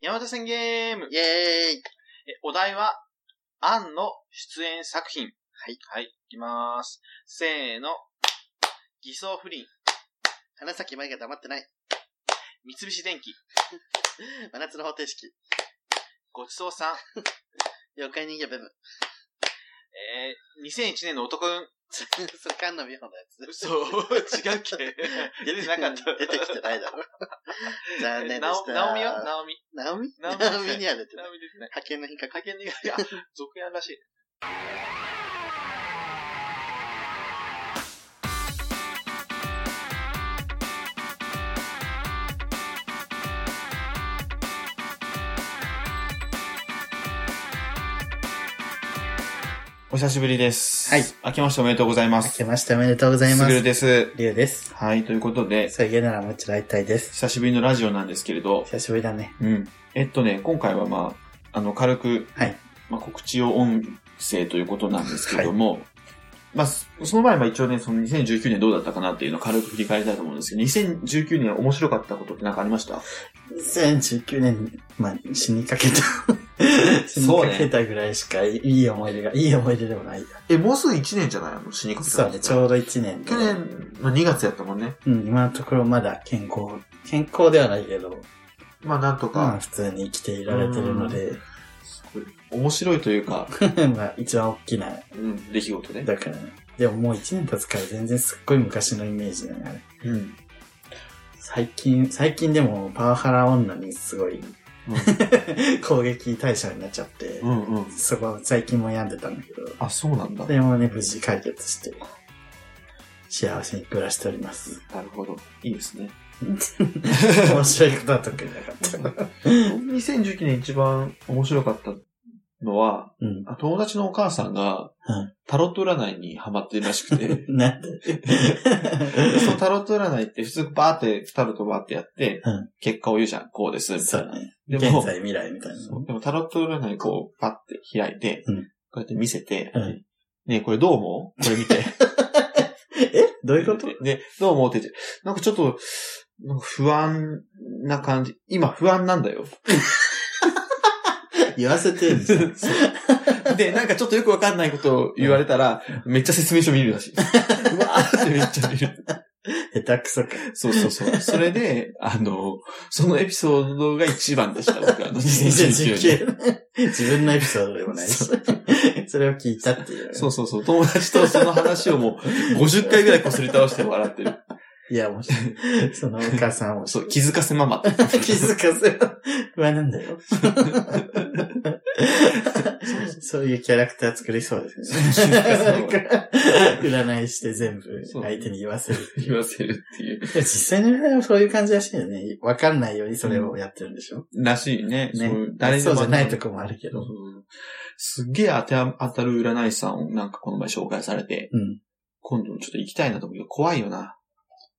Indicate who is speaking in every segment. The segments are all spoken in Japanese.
Speaker 1: 山手線ゲーム
Speaker 2: イエーイ
Speaker 1: えお題は、アンの出演作品。はい。はい、いきまーす。せーの。偽装不倫、
Speaker 2: 花咲舞が黙ってない。
Speaker 1: 三菱電機、
Speaker 2: 真夏の方程式。
Speaker 1: ごちそうさん、
Speaker 2: 妖怪人形ブーム。
Speaker 1: えー、2001年の男運。
Speaker 2: それ、菅野美穂のやつ。
Speaker 1: 嘘、違うっけ 出てなかった。
Speaker 2: 出てきてな いだろ。残念で
Speaker 1: な
Speaker 2: し
Speaker 1: お、
Speaker 2: た。
Speaker 1: なおみはなおみ。
Speaker 2: なおみ
Speaker 1: なおみ
Speaker 2: なおみには出てない。
Speaker 1: なおみですね。
Speaker 2: 派遣の日か。
Speaker 1: 派遣に、いや、続編らしい。お久しぶりです。
Speaker 2: はい。
Speaker 1: 明けましておめでとうございま
Speaker 2: 明
Speaker 1: す。
Speaker 2: けましておめでとうございます
Speaker 1: ぐる
Speaker 2: す。
Speaker 1: です。
Speaker 2: りゅうです。
Speaker 1: はい、ということで、
Speaker 2: そういうならもちろん一体です。
Speaker 1: 久しぶりのラジオなんですけれど、
Speaker 2: 久しぶりだね。
Speaker 1: うん。えっとね、今回はまあ、あの、軽く、
Speaker 2: はい
Speaker 1: まあ、告知を音声ということなんですけれども、まあ、そその前は一応ね、その2019年どうだったかなっていうのを軽く振り返りたいと思うんですけど、2019年面白かったことって何かありました
Speaker 2: 2019年、まあ、死にかけた。死 に
Speaker 1: そうね
Speaker 2: かけたぐらいしかいい思い出が、いい思い出でもない。
Speaker 1: え、もうすぐ1年じゃないの死にか
Speaker 2: そうね、ちょうど1年で。
Speaker 1: 去年の2月やったもんね。
Speaker 2: うん、今のところまだ健康、健康ではないけど、
Speaker 1: まあ、なんと
Speaker 2: まあ
Speaker 1: か、
Speaker 2: 普通に生きていられてるので、
Speaker 1: 面白いというか、
Speaker 2: まあ一番大きな、
Speaker 1: うん、出来事ね。
Speaker 2: だからね。でももう1年経つから全然すっごい昔のイメージだね、あれ。
Speaker 1: うん。うん
Speaker 2: 最近、最近でもパワハラ女にすごい 攻撃対象になっちゃって、
Speaker 1: うんうん。
Speaker 2: そこは最近も病んでたんだけど、
Speaker 1: あ、そうなんだ。
Speaker 2: でもね、無事解決して、幸せに暮らしております。
Speaker 1: なるほど。いいですね。
Speaker 2: 面白いことは特になかった。
Speaker 1: 2019年一番面白かったのは、
Speaker 2: うん。
Speaker 1: あ友達のお母さんが
Speaker 2: うん、、
Speaker 1: タロット占いにハマってるらしくて
Speaker 2: な んで
Speaker 1: そのタロット占いって普通バーって、タロットバーってやって、
Speaker 2: うん
Speaker 1: 結果を言うじゃん、こうです、みた
Speaker 2: そ
Speaker 1: いう
Speaker 2: ね。
Speaker 1: な。でも
Speaker 2: 現在未来みたいな。
Speaker 1: そうでもタロット占いこう、パッて開いて、
Speaker 2: うん
Speaker 1: こうやって見せて、
Speaker 2: うん
Speaker 1: ねえこれどう思うこれ見て。
Speaker 2: え どういうこと
Speaker 1: で、どう思うって言って、なんかちょっと、なんか不安な感じ。今不安なんだよ。
Speaker 2: 言わせてんじゃん
Speaker 1: で、なんかちょっとよくわかんないことを言われたら、めっちゃ説明書見るら しい。うわーってめっちゃ見る。
Speaker 2: 下手くそか。
Speaker 1: そうそうそう。それ で、あの、そのエピソードが一番でした、僕、あ の、2019
Speaker 2: 自分のエピソードでもないし
Speaker 1: そ。
Speaker 2: それを聞いたっていう。
Speaker 1: 年。そうそうそう。友達とその話をもう、50回ぐらいこすり倒して笑ってる。
Speaker 2: いや、もう、そのお母さんを、
Speaker 1: そう、気づかせママって。
Speaker 2: 気づかせよ。不安なんだよ。そういうキャラクター作りそうです
Speaker 1: そう
Speaker 2: ね。
Speaker 1: 気づかせ
Speaker 2: な
Speaker 1: よ
Speaker 2: んか占いして全部
Speaker 1: そう
Speaker 2: 相手に言わせる。
Speaker 1: 言わせるっていう。
Speaker 2: でも実際の占いはそういう感じらしいよね。わかんないようにそれをやってるんでしょ、
Speaker 1: らしいね。
Speaker 2: ね
Speaker 1: そう
Speaker 2: そうじゃないと
Speaker 1: こ
Speaker 2: こもあるけど。
Speaker 1: すっげえ当てあ当たる占い師さんをなんかこの前紹介されて、
Speaker 2: うん。
Speaker 1: 今度ちょっと行きたいなと思うけど、怖いよな。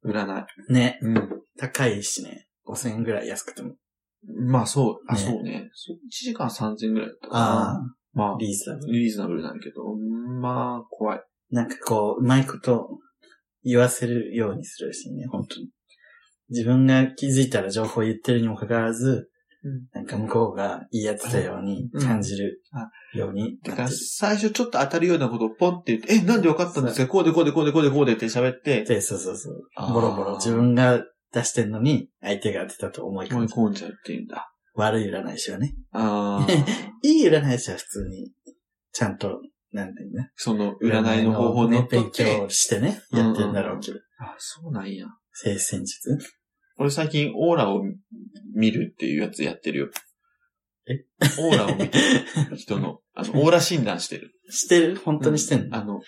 Speaker 1: 占い。
Speaker 2: ね。
Speaker 1: うん。
Speaker 2: 高いしね。5000円ぐらい安くても。
Speaker 1: まあそう、あ、
Speaker 2: ね
Speaker 1: そうね。そう1時間3000ぐらいだったかな。ま
Speaker 2: あ
Speaker 1: あ、
Speaker 2: リーズナブル
Speaker 1: リーズナブルなんだけど、まあ、怖い。
Speaker 2: なんかこう、うまいこと言わせるようにするしね、本当に。自分が気づいたら情報を言ってるにもかかわらず、
Speaker 1: うん
Speaker 2: なんか向こうが言い合ってたように
Speaker 1: うん
Speaker 2: 感じる
Speaker 1: あ
Speaker 2: ように
Speaker 1: だ
Speaker 2: な
Speaker 1: から、
Speaker 2: ってる。
Speaker 1: 最初ちょっと当たるようなことをポンって言って、え、なんで分かったんですかこうでこうでこうでこうでこうでって喋って、
Speaker 2: で、そうそうそう
Speaker 1: あ。ー
Speaker 2: ボロボロ自分が出してんのに、相手が当てたと思い
Speaker 1: 思い
Speaker 2: 込んじゃう
Speaker 1: 込んじゃうっていうんだ。
Speaker 2: 悪い占い師はね。
Speaker 1: ああ。
Speaker 2: いい占い師は普通に、ちゃんと、なんだよね。
Speaker 1: その、占いの方法
Speaker 2: ね
Speaker 1: の
Speaker 2: 勉強してね、やってるんだろうけど。
Speaker 1: あ、そうなんや。
Speaker 2: 聖戦術
Speaker 1: 俺最近オーラを見るっていうやつやってるよ。
Speaker 2: え
Speaker 1: オーラを見てる人の、あ の、オーラ診断してる。
Speaker 2: してる本当にしてんの、
Speaker 1: あの、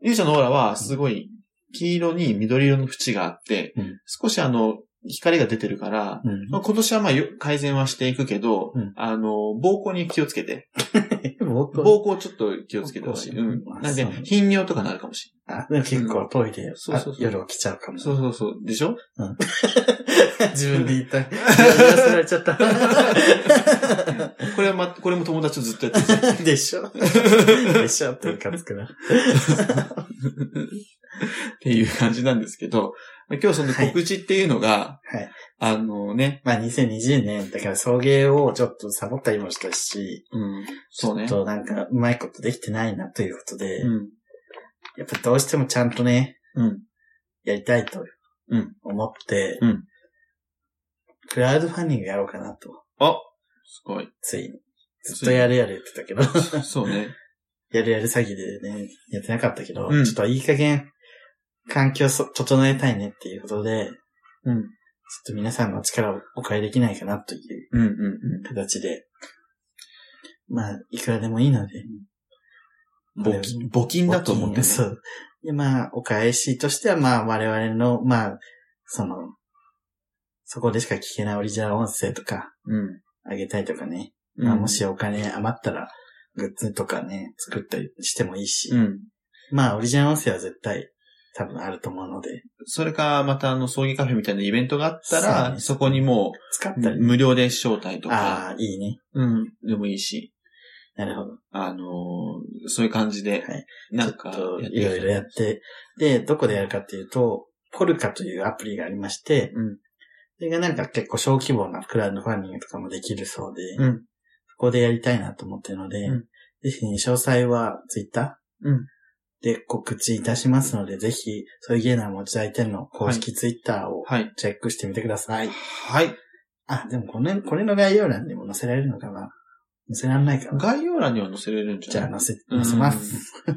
Speaker 1: ゆうちゃんのオーラはすごい黄色に緑色の縁があって、
Speaker 2: うん
Speaker 1: 少しあの、光が出てるから、
Speaker 2: うん
Speaker 1: まあ、今年はまあよ改善はしていくけど、
Speaker 2: うん
Speaker 1: あの、膀胱に気をつけて。
Speaker 2: 僕
Speaker 1: 膀胱ちょっと気をつけてほしい。
Speaker 2: 膀胱
Speaker 1: うん
Speaker 2: あ。
Speaker 1: なんで
Speaker 2: そう、
Speaker 1: 頻尿とかなるかもし
Speaker 2: あ、でも結構トイレ、
Speaker 1: そうそうそう
Speaker 2: あ夜起きちゃうか
Speaker 1: れ
Speaker 2: も。
Speaker 1: な い。そうそうそう。でしょ
Speaker 2: 自分で言 った。言わせられちゃった。
Speaker 1: これはま、これも友達とずっとや ってる。
Speaker 2: でし ょでしょってムカつくな。
Speaker 1: っていう感じなんですけど、まあ今日その告知っていうのが、
Speaker 2: はい。
Speaker 1: あのね、
Speaker 2: まあ2020年、だから送迎をちょっとサボったりもしたし、
Speaker 1: うん、そうね
Speaker 2: ち。ょっとなんかうまいことできてないなということで、
Speaker 1: うん、
Speaker 2: やっぱどうしてもちゃんとね、
Speaker 1: うん、
Speaker 2: やりたいと
Speaker 1: うん
Speaker 2: 思って、
Speaker 1: うん
Speaker 2: クラウドファンディングやろうかなと、
Speaker 1: あ、すごい。
Speaker 2: ついに。ずっとやるやる言ってたけど、
Speaker 1: そうね。
Speaker 2: やるやる詐欺でね、やってなかったけど、
Speaker 1: うん
Speaker 2: ちょっといい加減、環境そ整えたいねって いうことで、
Speaker 1: うん、
Speaker 2: ちょっと皆さんの力をお借りできないかなという
Speaker 1: うん、うん、
Speaker 2: 形で、まあ、いくらでもいいので、
Speaker 1: うん。募金、募金だと思うんで
Speaker 2: そ
Speaker 1: す。
Speaker 2: う。で、まあ、お返しとしては、まあ、我々の、まあ、その、そこでしか聞けないオリジナル音声とか、
Speaker 1: うん。
Speaker 2: あげたりとかね。
Speaker 1: うん
Speaker 2: まあ、もしお金余ったら、グッズとかね、作ったりしてもいいし。
Speaker 1: うん。
Speaker 2: まあ、オリジナル音声は絶対、多分あると思うので、
Speaker 1: それか、また、あの、葬儀カフェみたいなイベントがあった
Speaker 2: そう
Speaker 1: ら、
Speaker 2: ね
Speaker 1: そこにも
Speaker 2: 使った
Speaker 1: う、
Speaker 2: り。
Speaker 1: 無料で招待とか、
Speaker 2: ああ、いいね。
Speaker 1: うん、でもいいし、
Speaker 2: なるほど。
Speaker 1: あのーそういう感じで
Speaker 2: はい、
Speaker 1: なん
Speaker 2: ちょ
Speaker 1: か
Speaker 2: っと、
Speaker 1: やって
Speaker 2: いろいろやって、で、どこでやるかっていうと、ポルカというアプリがありまして、
Speaker 1: うん
Speaker 2: それがなんか結構小規模なクラウドファンディングとかもできるそうで、
Speaker 1: うん。
Speaker 2: そこでやりたいなと思ってるので、
Speaker 1: うん
Speaker 2: ぜひ、詳細はツイッター
Speaker 1: うん
Speaker 2: で告知いたしますので、ぜひ、そういうゲーナー持ち相手の公式ツイッターを
Speaker 1: はい。
Speaker 2: チェックしてみてください。
Speaker 1: はい。
Speaker 2: あ、でもこれ、これの概要欄にも載せられるのかな載せられないかな
Speaker 1: 概要欄には載せれるんじ
Speaker 2: じ
Speaker 1: ゃ
Speaker 2: ゃ
Speaker 1: な
Speaker 2: あ
Speaker 1: い
Speaker 2: 載せ、載せます。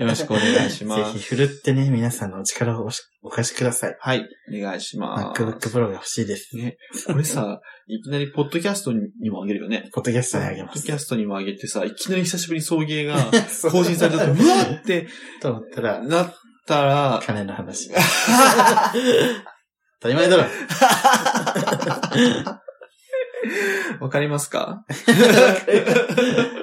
Speaker 1: よろしくお願いします
Speaker 2: ぜひ、ふるってね、皆さんのお力をおしお貸しください。
Speaker 1: はい。お願いします。
Speaker 2: MacBook Pro が欲しいです。
Speaker 1: ね、これさ、いきなりポッドキャストにもあげるよね。
Speaker 2: ポッドキャストにあげ
Speaker 1: ポッ
Speaker 2: ま
Speaker 1: ド
Speaker 2: す
Speaker 1: キ。ャストにもあげてさ、いきなり久しぶりに送迎が
Speaker 2: そう
Speaker 1: 更新されたと、うわって
Speaker 2: と思ったら、
Speaker 1: なったら、
Speaker 2: 金の話。 当たり前だろ。
Speaker 1: わかりますか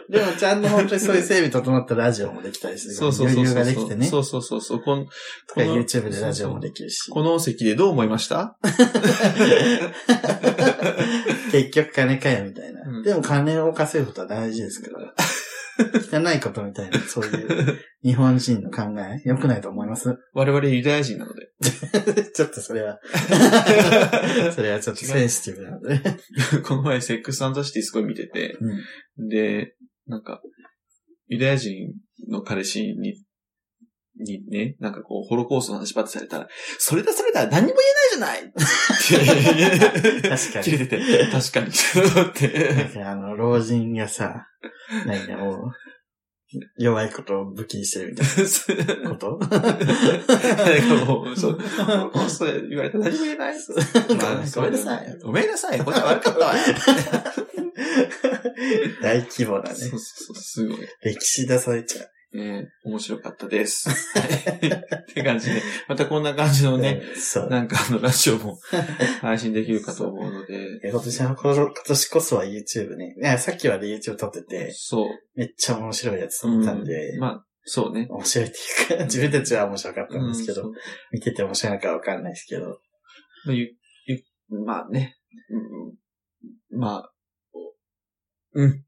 Speaker 2: でも、ちゃんと本当にそういう整備整ったラジオもできたりする。
Speaker 1: そうそうそうそ
Speaker 2: 余裕が
Speaker 1: う。
Speaker 2: できてね。
Speaker 1: そ
Speaker 2: と
Speaker 1: うそうそうそう。こん
Speaker 2: か YouTube でラジオもできるし。
Speaker 1: この席でどう思いました
Speaker 2: 結局金かよ、みたいな、
Speaker 1: うん
Speaker 2: でも金を稼ぐことは大事で すから。汚いことみたいな、そういう日本人の考え、良くないと思います
Speaker 1: 我々ユダヤ人なので。。
Speaker 2: ちょっとそれはそれはちょっとセンシティブなので。
Speaker 1: この前セックスアンドザシティすごい見てて、
Speaker 2: うん
Speaker 1: で、なんか、ユダヤ人の彼氏に、にね、なんかこう、ホロコーストの話ばってされたら、それだそれだ、何も言えないじゃない
Speaker 2: 確かに
Speaker 1: 切れてて、確かに。と思っ
Speaker 2: なん
Speaker 1: て
Speaker 2: かあの、老人がさ、なんかもう、弱いことを武器にしてるみたいなこと
Speaker 1: なんかもう、そう、ホロコーストで言われたら何も言えない。 まあ
Speaker 2: ごめんなさい。
Speaker 1: ごめんなさい。これは悪かったわ。
Speaker 2: 大規模なね
Speaker 1: そう、そうそう、すごい。
Speaker 2: 歴史出されちゃ
Speaker 1: ね、面白かった です。はいって感じで、またこんな感じの
Speaker 2: う。
Speaker 1: ね、。
Speaker 2: そう。
Speaker 1: なんかあの、ラジオ も配信できるかと思うので、
Speaker 2: え今年のこの、今年こそは YouTube ね。いや、さっきまで YouTube 撮ってて、
Speaker 1: そう。
Speaker 2: めっちゃ面白いやつ撮ったんで、
Speaker 1: まあ、そうね。
Speaker 2: 面白いっていうか、自分たちは面白かったんですけ
Speaker 1: う
Speaker 2: ど、
Speaker 1: んそう
Speaker 2: 見てて面白いのかわかんないですけど、
Speaker 1: まあゆゆまあね。うんまあ、お うん。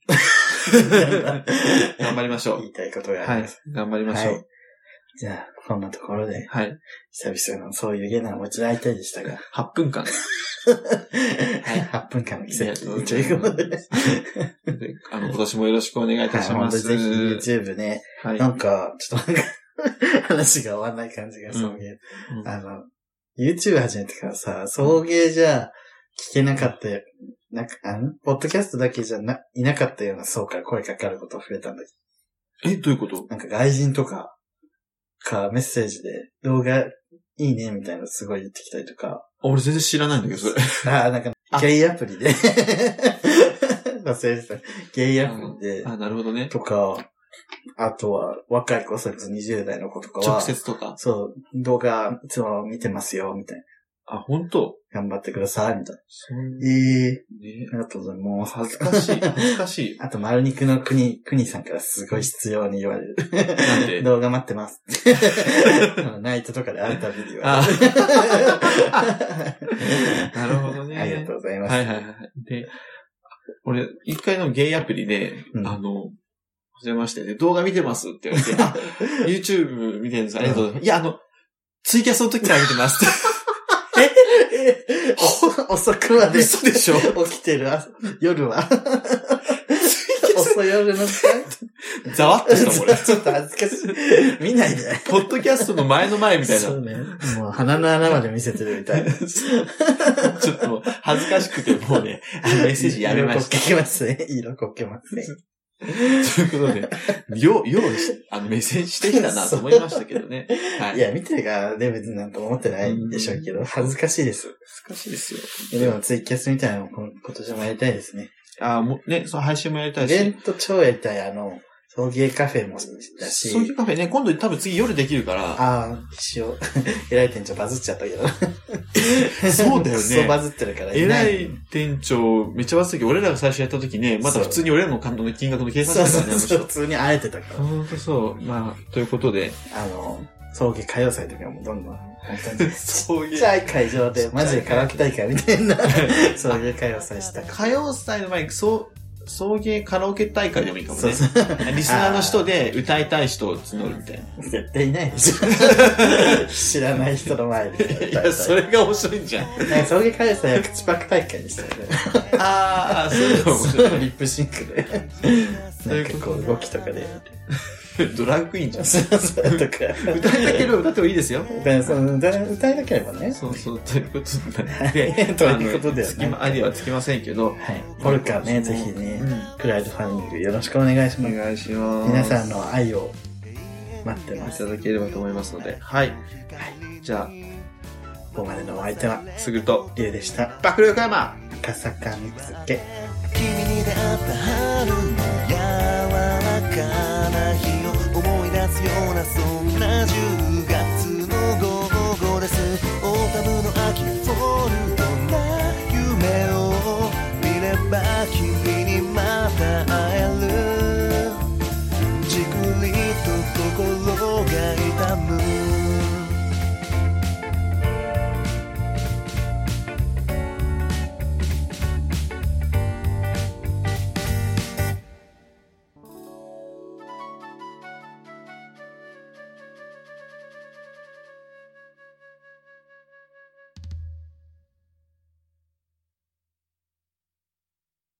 Speaker 1: 頑張りましょ
Speaker 2: 言
Speaker 1: う。
Speaker 2: いたいことがあ
Speaker 1: は
Speaker 2: り
Speaker 1: い
Speaker 2: ます。。
Speaker 1: 頑張りましょ
Speaker 2: は
Speaker 1: う
Speaker 2: い。じゃあ、こんなところで、
Speaker 1: はい。
Speaker 2: 久々のそういう芸能を持ち合いたいでしたが、
Speaker 1: 8分 間。
Speaker 2: 8分間の奇跡
Speaker 1: ありがとうご
Speaker 2: と
Speaker 1: ざい
Speaker 2: い
Speaker 1: ます
Speaker 2: うことで、
Speaker 1: であの、今年もよろしくお願いいたし
Speaker 2: は
Speaker 1: ま
Speaker 2: い、
Speaker 1: す。
Speaker 2: ぜひ YouTube ね、
Speaker 1: はい。
Speaker 2: なんか、ちょっとなんか、 話が終わんない感じがするけど、
Speaker 1: うん
Speaker 2: あの、YouTube 始めてからさ、送迎じゃ聞けなかったよ。なんか、あの、ポッドキャストだけじゃな、いなかったような層から声かかることが増えたんだけ
Speaker 1: え、どういうこと
Speaker 2: ど、なんか外人とか、か、メッセージで、動画いいね、みたいなのすごい言ってきたりと
Speaker 1: あ
Speaker 2: か、
Speaker 1: 俺全然知らないんだけど、それ。
Speaker 2: あーなんか
Speaker 1: あ、
Speaker 2: ゲイアプリで、 忘れてた。ゲイアプリで、
Speaker 1: あ、なるほどね。
Speaker 2: とか、あとは、若い子、それこそ20代の子とかは
Speaker 1: 直、接とか。
Speaker 2: そう、動画いつも見てますよ、みたいな。
Speaker 1: あ、本当
Speaker 2: 頑張ってください、みたいな。
Speaker 1: そんね。
Speaker 2: ええありがとうございます。
Speaker 1: 恥ずかし い。恥ずかしい。
Speaker 2: あと、丸肉の国、国さんからすごい必要に言われる。
Speaker 1: なんで
Speaker 2: 動画待っ てます。 ナイトとかで会うたびに言わ
Speaker 1: あ
Speaker 2: れる。
Speaker 1: なるほどね
Speaker 2: ありがとうございます。
Speaker 1: はいはいはい。で、俺、一回のゲイアプリで、
Speaker 2: うん
Speaker 1: あの、忘れましてね、動画見てますって言われ て、あ、YouTube 見てるんですありがとうございます。いや、あの、ツイキャスの時から見てますって。え
Speaker 2: で、遅くまで起
Speaker 1: 嘘でしょ
Speaker 2: きてる朝夜は。遅い夜の時間
Speaker 1: ざわっと したもん、俺。
Speaker 2: ちょっと恥ずかしい。見ないで。
Speaker 1: ポッドキャストの前の前みたいな
Speaker 2: そ。うね。もう鼻の穴まで見せてるみたいな。
Speaker 1: ちょっともう恥ずかしくてもうね、あ のメッセージやめまし
Speaker 2: 色こけますね。色こけますね。
Speaker 1: た。ということで、よう、よう、あの、メッセージしてきたなと思いましたけどね。はい。
Speaker 2: いや、見てるからね、別になんとも思ってないでしょうけど、恥ずかしいです。
Speaker 1: 難しいですよ。
Speaker 2: いやでもツイキャスみたいなのも今今年もやりたいですね。
Speaker 1: ああ、もうね、その配信もやりた
Speaker 2: イ
Speaker 1: い
Speaker 2: ベン
Speaker 1: し。
Speaker 2: ト超やりたい、あの、送迎カフェもだ
Speaker 1: そうい
Speaker 2: し
Speaker 1: う、カフェね、今度多分次夜できるから、
Speaker 2: ああ、しよう。 偉い店長バズっちゃったけど。
Speaker 1: そうだよね
Speaker 2: クソバズってるから
Speaker 1: 偉
Speaker 2: い
Speaker 1: い店長、めっちゃ忘れたけど、俺らが最初やった時ね、まだ普通に俺らの感動の金額の計
Speaker 2: な。
Speaker 1: 算
Speaker 2: そう
Speaker 1: してたからね、む
Speaker 2: そうそ
Speaker 1: し
Speaker 2: う、
Speaker 1: ろ
Speaker 2: 普通に会えてたから。
Speaker 1: ほんとそう。まあ、ということで、
Speaker 2: あの、送迎歌謡祭とかもどんどん、本当に。ち
Speaker 1: そう
Speaker 2: っ
Speaker 1: い
Speaker 2: ち
Speaker 1: う。
Speaker 2: ゃい会場で、マジでカラオケ大会みた いな、送迎歌謡祭した
Speaker 1: 歌謡祭の前に、そう、送迎カラオケ大会でもいいかも
Speaker 2: そう
Speaker 1: ね。
Speaker 2: そう。
Speaker 1: リスナーの人で歌いたい人を募るみたいな。
Speaker 2: 絶対いないでし ょ。知らない人の前で。
Speaker 1: いや、それが面白いんじゃん。
Speaker 2: なんか送迎会社や口パク大会にしたよね。
Speaker 1: ああ、そういうの面
Speaker 2: そ
Speaker 1: 白
Speaker 2: うリップシンクで。
Speaker 1: うい
Speaker 2: な
Speaker 1: うんこ
Speaker 2: か
Speaker 1: と
Speaker 2: こう動きとかで。
Speaker 1: い。ドラッグインじゃん。
Speaker 2: そうそうとか。
Speaker 1: 歌いたければ歌ってもいいですよ。
Speaker 2: 歌いその歌歌いなければね。
Speaker 1: そうそう、という ことになって、
Speaker 2: ということでは
Speaker 1: あの隙
Speaker 2: ね
Speaker 1: 間アイデアはつきませんけど、
Speaker 2: はい。ポルカね、ぜひね、
Speaker 1: う
Speaker 2: クラウドファンディングよろしくお願いし
Speaker 1: ん、お
Speaker 2: ます。
Speaker 1: 願いします。
Speaker 2: 皆さんの愛を待ってま
Speaker 1: い
Speaker 2: す。
Speaker 1: ただければと思いますので、はい。じゃ
Speaker 2: ここまでのお相手は、
Speaker 1: あ、すぐと、
Speaker 2: リュウでした。
Speaker 1: 爆力山
Speaker 2: 赤坂見つけ。
Speaker 3: 君に出会った春の柔らかな日を思い出すようなそんな10月の午後ですオータムの秋フォルトな夢を見れば君にまた会えるじくりと心が痛む